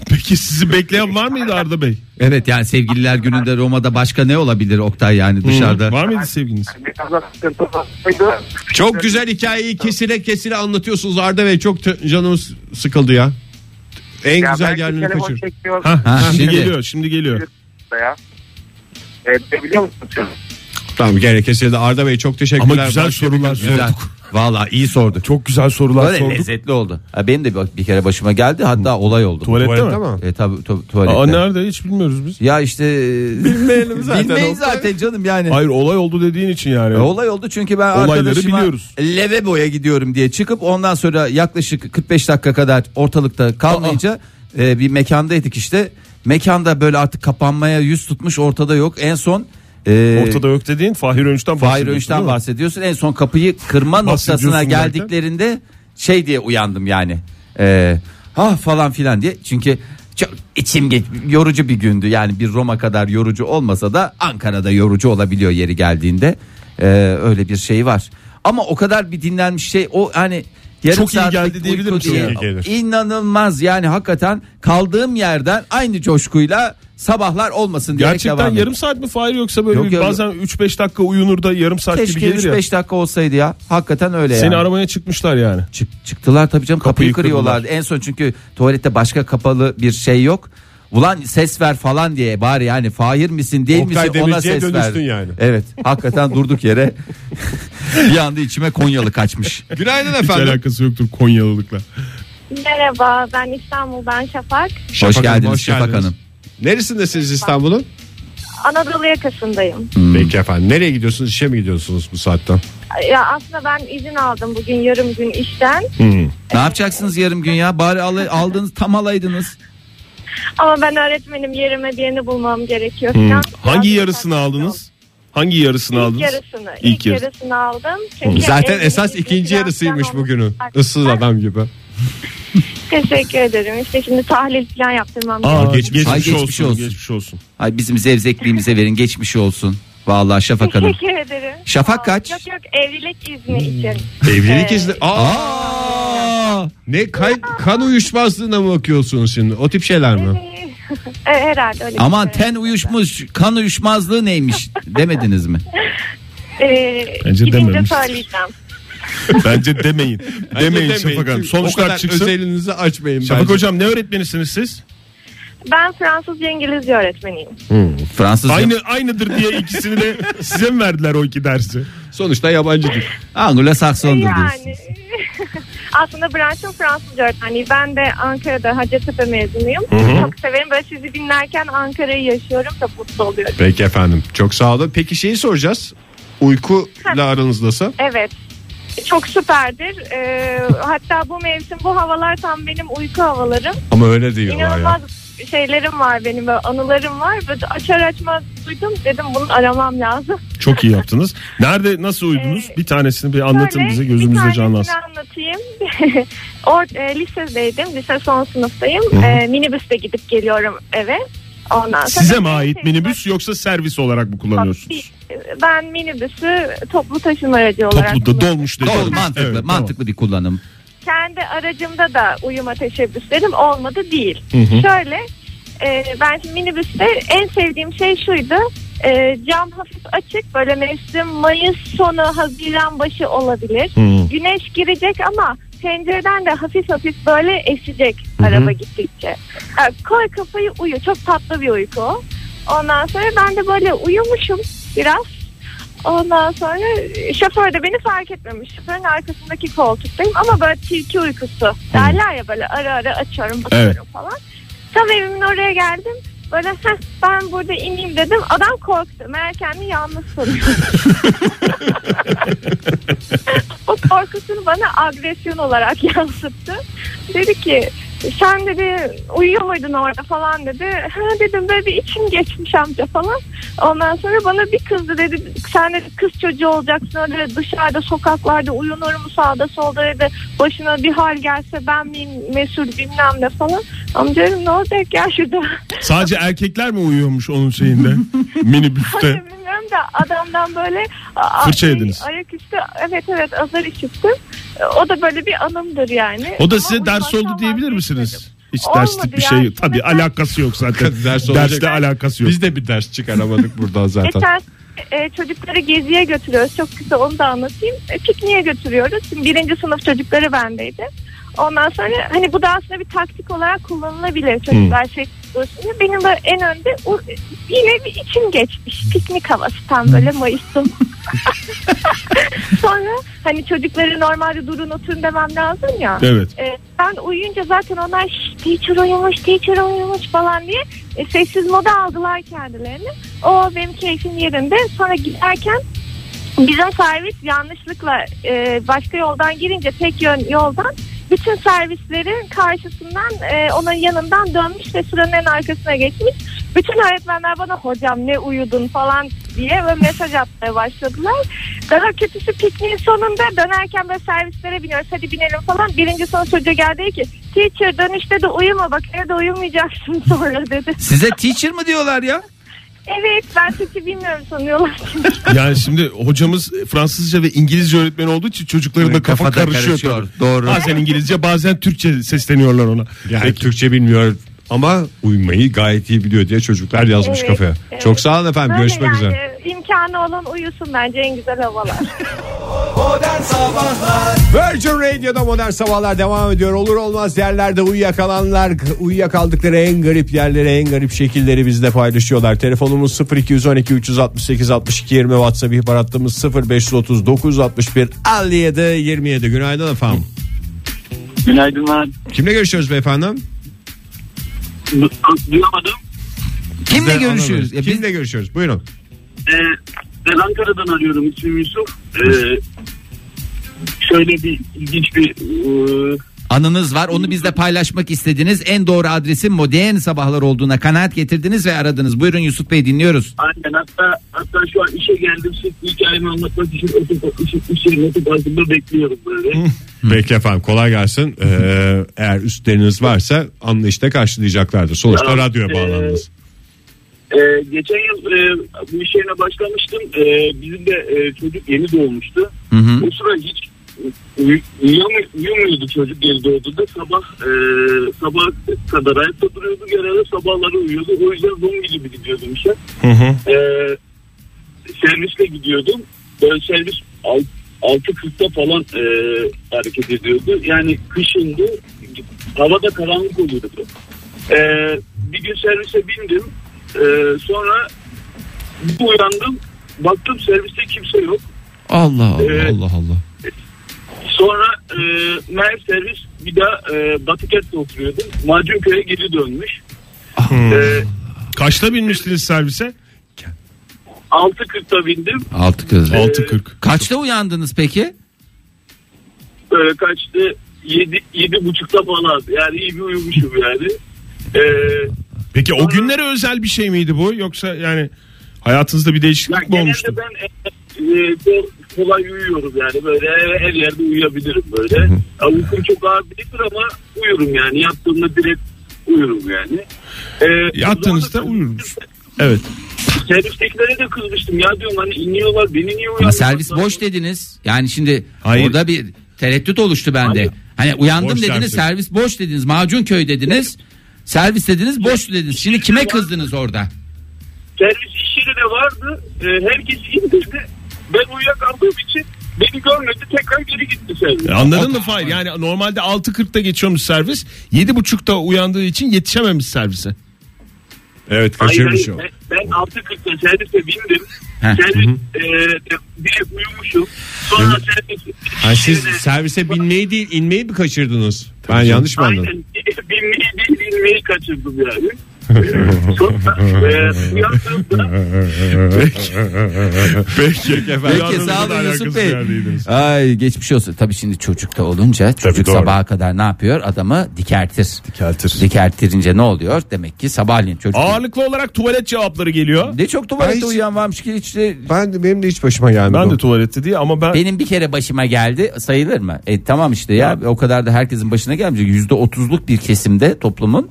Peki sizi bekleyen var mıydı Arda Bey? Evet yani sevgililer gününde Roma'da başka ne olabilir Oktay yani dışarıda? Hmm, Var mıydı sevgiliniz? Biraz da sıkıntı olsaydı Çok güzel hikayeyi kesile kesile anlatıyorsunuz Arda Bey. Çok t- canımız sıkıldı ya. En ya güzel belki yerlerini telefon kaçır. çekiyor Ha, Ha, şimdi şimdi. geliyor şimdi geliyor. da ya. Ee, biliyor musun? Tamam gene kesildi. Arda Bey çok teşekkürler. Ama güzel sorular Güzel. sorduk. Valla iyi sordu. Çok güzel sorular Böyle sorduk. lezzetli oldu. Ha, benim de bir, bir kere başıma geldi hatta olay oldu. Tuvalette, Tuvalette mi? mi? E, tabii tu- Aa, tuvalette. nerede hiç bilmiyoruz biz. ya işte e, Bilmeyelim zaten. bilmeyiz zaten canım yani. Hayır olay oldu dediğin için yani. E, Olay oldu çünkü ben Olayları arkadaşıma biliyoruz. Levebo'ya gidiyorum diye çıkıp ondan sonra yaklaşık 45 dakika kadar ortalıkta kalmayınca e, bir mekandaydık işte. Mekanda böyle artık kapanmaya yüz tutmuş ortada yok. En son e, Ortada yok dediğin Fahir Önç'ten Fahir bahsediyorsun, Önç'ten değil mi? bahsediyorsun. En son kapıyı kırma noktasına Bahsediyorsun derken? geldiklerinde şey diye uyandım yani. Ee, ha falan filan diye. Çünkü çok içim geç, yorucu bir gündü. Yani bir Roma kadar yorucu olmasa da Ankara'da yorucu olabiliyor yeri geldiğinde. Ee, öyle bir şey var. Ama o kadar bir dinlenmiş şey o hani yarım Çok iyi saatlik geldi diyebilir uyku misin? değil. Çok iyi gelir. İnanılmaz yani hakikaten kaldığım yerden aynı coşkuyla sabahlar olmasın diye Gerçekten devam yarım saat mi Fahir yoksa böyle Yok bir ya, bazen 3-5 dakika uyunur da yarım saat gibi Keşke gelir ya. 3-5 dakika olsaydı ya. Hakikaten öyle Seni yani. aramaya çıkmışlar yani. Çık- çıktılar tabii canım kapıyı, Kapıyı kırıyorlardı. En son çünkü tuvalette başka kapalı bir şey yok. Ulan ses ver falan diye bari yani Fahir misin değil Oktay misin ona Demirci'ye ses ver. dönüştün yani. Evet hakikaten durduk yere bir anda içime Konyalı kaçmış. Günaydın Hiç efendim. alakası yoktur Konyalılıkla. Merhaba ben İstanbul'dan Şafak. Şafak hoş Hanım, geldiniz hoş Şafak geldiniz. Hanım. Neresindesiniz İstanbul'un? Anadolu yakasındayım. Hmm. Peki efendim. Nereye gidiyorsunuz? İşe mi gidiyorsunuz bu saatten? Ya aslında ben izin aldım bugün yarım gün işten. Ne yapacaksınız yarım gün ya? Bari al- aldınız tam alaydınız. Ama ben öğretmenim yerime birini bulmam gerekiyor. Hmm. falan. Hangi Biraz yarısını saçma. aldınız? Hangi yarısını İlk aldınız? yarısını. İlk İlk, yarısı. Hmm. yarısını aldım. Çünkü Zaten evde esas izin ikinci falan yarısıymış filan bugünün. olmaz. Issız adam gibi. Teşekkür ederim. İşte şimdi tahlil falan yaptırmam Aa, gerekiyor. geç, geçmiş, Ay, geçmiş olsun, olsun. Geçmiş olsun. Ay bizim zevzekliğimize verin geçmiş olsun. Vallahi Şafak Hanım. Teşekkür ederim. Şafak Aa, kaç? Yok yok evlilik izni için. Evlilik Ee, izni. Aa! Aa! Ne kan, kan uyuşmazlığına mı bakıyorsunuz şimdi? O tip şeyler mi? E, herhalde öyle. bir Aman şey. ten uyuşmuş, kan uyuşmazlığı neymiş demediniz mi? Ee, Bence gidince dememiş. söyleyeceğim. Bence demeyin. demeyin Şafak Hanım. Sonuçlar çıksın. özelinizi açmayın. Şafak bence. Hocam ne öğretmenisiniz siz? Ben Fransızca İngilizce öğretmeniyim. Fransızca. Aynı aynıdır diye ikisini de size mi verdiler o iki dersi? Sonuçta yabancı dil. Anglo-Saksondur diyorsun. E Yani aslında branşım Fransızca öğretmenliği. Ben de Ankara'da Hacettepe mezunuyum. Çok severim. Böyle sizi dinlerken Ankara'yı yaşıyorum. Çok mutlu oluyorum. Peki efendim. Çok sağ olun. Peki şeyi soracağız. Uykuyla aranızdasa. Evet. Çok süperdir. Ee, hatta bu mevsim bu havalar tam benim uyku havalarım. Ama öyle diyorlar ya. İnanılmaz şeylerim var benim böyle anılarım var. Böyle açar açmaz duydum dedim bunu aramam lazım. Çok iyi yaptınız. Nerede nasıl uyudunuz? Bir tanesini bir anlatın Ee, Şöyle, bize bir gözümüzde tanesini canlansın. anlatayım. Or, e, lisedeydim. Lise son sınıftayım. E, minibüste gidip geliyorum eve. Ondan sonra şey Size mi ait minibüs yoksa servis olarak mı kullanıyorsunuz? Bir- Ben minibüsü toplu taşıma aracı olarak Toplu da kullanıyorum. dolmuş dedi. Doğru, mantıklı, Evet, tamam. mantıklı bir kullanım. Kendi aracımda da uyuma teşebbüslerim olmadı değil. Şöyle e, ben şimdi minibüste en sevdiğim şey şuydu. E, cam hafif açık böyle mevsim Mayıs sonu Haziran başı olabilir. Güneş girecek ama pencereden de hafif hafif böyle esecek araba gittikçe. E, koy kafayı uyu. Çok tatlı bir uyku. o. Ondan sonra ben de böyle uyumuşum biraz. Ondan sonra e, şoför de beni fark etmemiş. Şoförün arkasındaki koltuktayım ama böyle tilki uykusu derler ya böyle ara ara açıyorum bakıyorum falan. Tam evimin oraya geldim. Böyle "Heh, ben burada ineyim dedim. Adam korktu. Meğer kendi yalnız sanıyor. o korkusunu bana agresyon olarak yansıttı. Dedi ki sen dedi uyuyor muydun orada falan dedi. Ha dedim böyle bir içim geçmiş amca falan. Ondan sonra bana bir kızdı dedi. Sen dedi kız çocuğu olacaksın öyle dışarıda sokaklarda uyunur mu sağda solda dedi. Başına bir hal gelse ben miyim mesul bilmem ne falan. Amca dedim ne olacak ya şurada. Sadece erkekler mi uyuyormuş onun şeyinde? Hayır minibüste. bilmiyorum da adamdan böyle a- Fırça şey, yediniz. Ayaküstü evet evet azar işittim. O da böyle bir anımdır yani. O da Ama size ders uyumaktan oldu diyebilir misiniz? vazgeçmedim. Hiç Olmadı derslik bir ya. şey yok. Şimdi Tabii ben- alakası yok zaten. Ders olacak. Dersle alakası yok. Biz de bir ders çıkaramadık buradan zaten. Geçen e, çocukları geziye götürüyoruz. Çok kısa onu da anlatayım. E, pikniğe götürüyoruz. Şimdi birinci sınıf çocukları bendeydi. Ondan sonra hani bu da aslında bir taktik olarak kullanılabilir çocuklar şey dursun. Benim de en önde o- yine bir içim geçmiş. Piknik havası tam böyle Mayıs'ın. sonra hani çocukları normalde durun oturun demem lazım ya. Evet. E, ben uyuyunca zaten onlar "Şşş, teacher uyumuş, teacher uyumuş falan diye e, sessiz moda aldılar kendilerini. O benim keyfim yerinde. Sonra giderken bizim servis yanlışlıkla e, başka yoldan girince tek yön yoldan bütün servislerin karşısından e, onun yanından dönmüş ve sıranın en arkasına geçmiş. Bütün öğretmenler bana hocam ne uyudun falan diye böyle mesaj atmaya başladılar. Daha kötüsü pikniğin sonunda dönerken böyle servislere biniyoruz hadi binelim falan. Birinci son çocuğa geldi ki teacher dönüşte de uyuma bak evde uyumayacaksın sonra dedi. Size teacher mı diyorlar ya? Evet ben Türkçe bilmiyorum sanıyorlar. Yani şimdi hocamız Fransızca ve İngilizce öğretmeni olduğu için çocukların da kafa Kafada karışıyor. karışıyor, tabii. doğru. Bazen İngilizce bazen Türkçe sesleniyorlar ona. Yani Peki. Türkçe bilmiyor ama uyumayı gayet iyi biliyor diye çocuklar yazmış Evet, kafaya. evet. Çok sağ olun efendim. Böyle Görüşmek yani üzere. imkanı olan uyusun bence en güzel havalar. Modern Sabahlar Virgin Radio'da modern sabahlar devam ediyor. Olur olmaz yerlerde uyuyakalanlar, uyuyakaldıkları en garip yerleri, en garip şekilleri bizle paylaşıyorlar. Telefonumuz 0212 368 62 20 WhatsApp ihbar hattımız 0530 961 57 27. Günaydın efendim. Günaydınlar. Kimle görüşüyoruz beyefendi? Duyamadım. Kimle Sizden görüşüyoruz? anlamıyoruz. Ya biz- Kimle görüşüyoruz? Buyurun. Ee, ben Ankara'dan arıyorum ismim Yusuf. Ee, şöyle bir ilginç bir e, Anınız var onu bizle paylaşmak istediğiniz en doğru adresin modern sabahlar olduğuna kanaat getirdiniz ve aradınız. Buyurun Yusuf Bey dinliyoruz. aynen hatta hatta şu an işe geldim siz hikayemi anlatmak için oturup iş, iş yerine oturup altında bekliyorum böyle. Peki efendim kolay gelsin. Ee, eğer üstleriniz varsa anlayışla karşılayacaklardır. Sonuçta Tamam. radyoya Ee, bağlandınız. Ee, geçen yıl e, bu iş yerine başlamıştım. Ee, bizim de e, çocuk yeni doğmuştu. Hı hı. O sıra hiç uy- uyuyamı- uyumuyordu çocuk yeni doğduğunda. Sabah e, sabah kadar ayakta duruyordu. Genelde sabahları uyuyordu. O yüzden zombi gibi gidiyordum işe. Ee, servisle gidiyordum. Böyle servis alt, 6.40'da falan e, hareket ediyordu. Yani kışındı. Havada karanlık oluyordu. Ee, bir gün servise bindim. Ee, sonra bir uyandım. Baktım serviste kimse yok. Allah Allah Evet. Allah Allah. Sonra e, meğer servis bir daha e, Batıkent'te oturuyordu. Macunköy'e geri dönmüş. E, Kaçta binmiştiniz servise? 6.40'da bindim. Altı kız. E, 6.40. Kaçta uyandınız peki? Böyle Ee, kaçtı? 7 yedi buçukta falan. Yani iyi bir uyumuşum yani. E, Peki o günlere özel bir şey miydi bu yoksa yani hayatınızda bir ya değişiklik mi olmuştu? genelde ben e, e, kol- kolay uyuyorum yani böyle her yerde uyuyabilirim böyle. Ya, Uykum çok ağır değildir ama uyurum yani yattığımda direkt uyurum yani. E, Yattığınızda sonra- uyurmuş. Evet. Servistekilere de kızmıştım ya diyorum hani iniyorlar beni niye uyandırıyorlar? Ama Hani servis boş dediniz. Yani şimdi Hayır. orada bir tereddüt oluştu bende. Hayır. Hani uyandım Boş dediniz, servis. servis boş dediniz, Macunköy dediniz. Servis dediniz, boş dediniz. Şimdi kime kızdınız orada? Servis işleri de vardı. E, herkes indirdi. Ben uyuyakaldığım için beni görmedi tekrar geri gitti servis. E, Anladın mı Fahir? Yani normalde 6.40'da geçiyormuş servis. 7.30'da uyandığı için yetişememiş servise. Evet Hayır, kaçırmış o. hayır. Ben, ben 6.40'da servise bindim. Heh. Servis e, direkt uyumuşum. Sonra servis... Ha, siz işleri de- servise binmeyi değil inmeyi mi kaçırdınız? Ben yanlış mı anladım? Aynen. Binmeyi değil binmeyi kaçırdım yani. Ee, Sonra e, uyandığımda Peki efendim. Peki Yalnız sağ da olun Yusuf alakasız Bey. yerdeydiniz. Ay geçmiş olsun. Tabii şimdi çocuk da olunca çocuk doğru. sabaha kadar ne yapıyor? Adamı dikertir. Dikertir. Dikertirince ne oluyor? Demek ki sabahleyin çocuk. Ağırlıklı olarak tuvalet cevapları geliyor. Ne çok Ben hiç- tuvalette uyuyan varmış ki hiç de- Ben de, benim de hiç başıma gelmedi. Ben de o. tuvalette diye ama ben Benim bir kere başıma geldi sayılır mı? E tamam işte ya o kadar da herkesin başına gelmeyecek. Yüzde otuzluk bir kesimde toplumun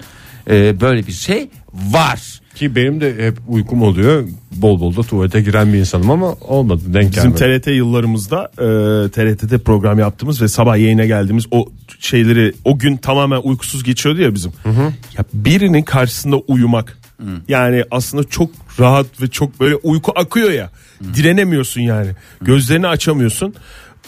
e, böyle bir şey var. Ki benim de hep uykum oluyor. Bol bol da tuvalete giren bir insanım ama olmadı denk Bizim gelmedi. TRT yıllarımızda e, TRT'de program yaptığımız ve sabah yayına geldiğimiz o şeyleri o gün tamamen uykusuz geçiyordu ya bizim. Ya birinin karşısında uyumak. Yani aslında çok rahat ve çok böyle uyku akıyor ya. Direnemiyorsun yani. Gözlerini açamıyorsun.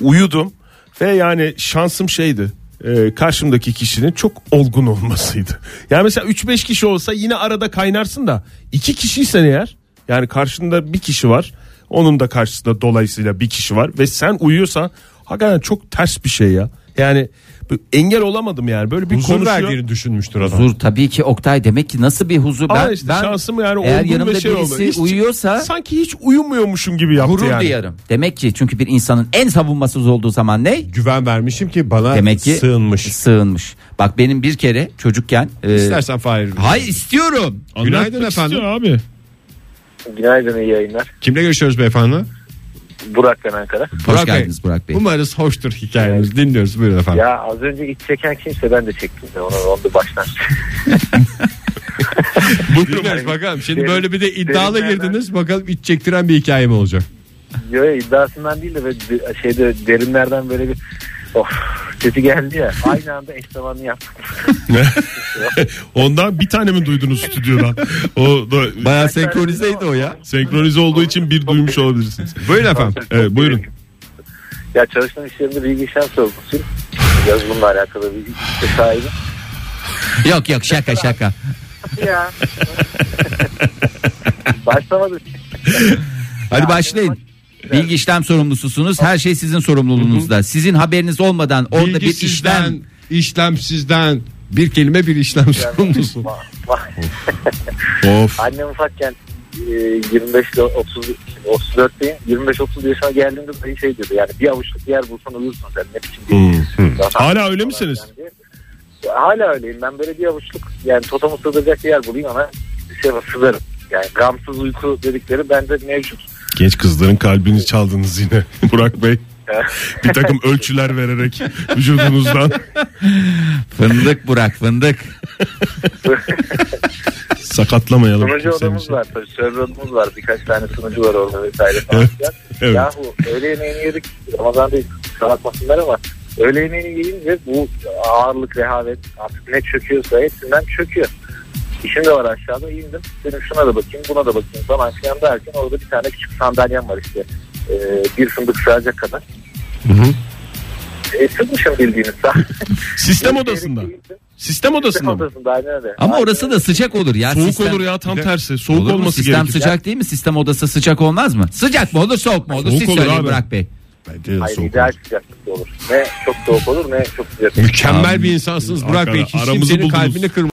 Uyudum ve yani şansım şeydi. e, karşımdaki kişinin çok olgun olmasıydı. Yani mesela 3-5 kişi olsa yine arada kaynarsın da iki kişiysen eğer yani karşında bir kişi var. Onun da karşısında dolayısıyla bir kişi var ve sen uyuyorsan hakikaten çok ters bir şey ya. Yani bu- engel olamadım yani böyle bir Huzur konuşuyor. verdiğini düşünmüştür adam. Huzur tabii ki Oktay demek ki nasıl bir huzur. Ama işte şansım yani eğer olgun yanımda ve şey birisi oldu. Hiç- uyuyorsa sanki hiç uyumuyormuşum gibi yaptı gurur yani. duyarım. Demek ki çünkü bir insanın en savunmasız olduğu zaman ne? Güven vermişim ki bana Demek ki sığınmış. sığınmış. Bak benim bir kere çocukken e, İstersen Fahir. Hayır istiyorum. Günaydın efendim. abi. Günaydın iyi yayınlar. Kimle görüşüyoruz beyefendi? Burak ben Ankara. Hoş geldiniz Burak Bey. Umarız hoştur hikayeniz. Dinliyoruz buyurun efendim. Ya az önce iç çeken kimse ben de çektim de onu, onu da baştan. Dinliyoruz bakalım. Şimdi Derin- böyle bir de iddialı derinlerden- girdiniz. Bakalım iç çektiren bir hikaye mi olacak? Yo yo, iddiasından değil de böyle de- şeyde derinlerden böyle bir of sesi geldi ya. Aynı anda eş zamanlı yaptık. Ondan bir tane mi duydunuz stüdyodan? O da Bayağı senkronizeydi o ya. senkronize olduğu için bir duymuş olabilirsiniz. Buyurun efendim. Evet, buyurun. Ya çalıştığım iş yerinde bilgisayar sorumlusu. Yazılımla alakalı bir işte sahibi. Yok yok şaka şaka. Ya. Başlamadı. Hadi başlayın. Bilgi işlem sorumlususunuz. Her şey sizin sorumluluğunuzda. Sizin haberiniz olmadan orada bir işlem. Bilgisizden, işlemsizden bir kelime bir işlem sorumlusu. Ma- ma- Of. Annem ufakken e, 25 ile 30 şimdi 34'teyim. 25-30 yaşına geldiğimde dayı şey diyordu. Yani bir avuçluk yer bulsan uyursun sen. Ne biçim bir Zaten- Hmm. Hala öyle misiniz? Yani, hala öyleyim. Ben böyle bir avuçluk yani totamı sığdıracak bir yer bulayım ama şey sığdarım. Yani gamsız uyku dedikleri bende mevcut. Genç kızların kalbini çaldınız yine Burak Bey. Bir takım ölçüler vererek vücudunuzdan. Fındık Burak fındık. Sakatlamayalım. Sunucu kimsenin odamız şey. var tabii. Server odamız var. Birkaç tane sunucu var orada vesaire falan filan. evet. Yahu öğle yemeğini yedik. Ramazan değil. Kusura bakmasınlar ama öğle yemeğini yiyince bu ağırlık, rehavet artık ne çöküyorsa hepsinden çöküyor. İşim de var aşağıda indim. Dedim şuna da bakayım buna da bakayım falan filan derken orada bir tane küçük sandalyem var işte. Ee, bir fındık sığacak kadar. Hı hı. E, sığmışım bildiğiniz. Sistem odasında. Sistem Sistem odasında mı? odasında aynen öyle. Ama Aynen orası da öyle. sıcak olur ya. Soğuk Sistem- olur ya tam tersi. Soğuk Olur mu? olması Sistem gerekir. sıcak değil mi? Sistem odası sıcak olmaz mı? Sıcak mı olur soğuk mu olur? Soğuk Siz olur söyleyin abi. Burak Bey. Hayır ideal sıcaklıkta olur. Ne çok soğuk olur ne çok sıcak olur. Mükemmel bir insansınız Burak Ankara, Bey. Hiç aramızı kimsenin buldunuz. kalbini kırmadınız.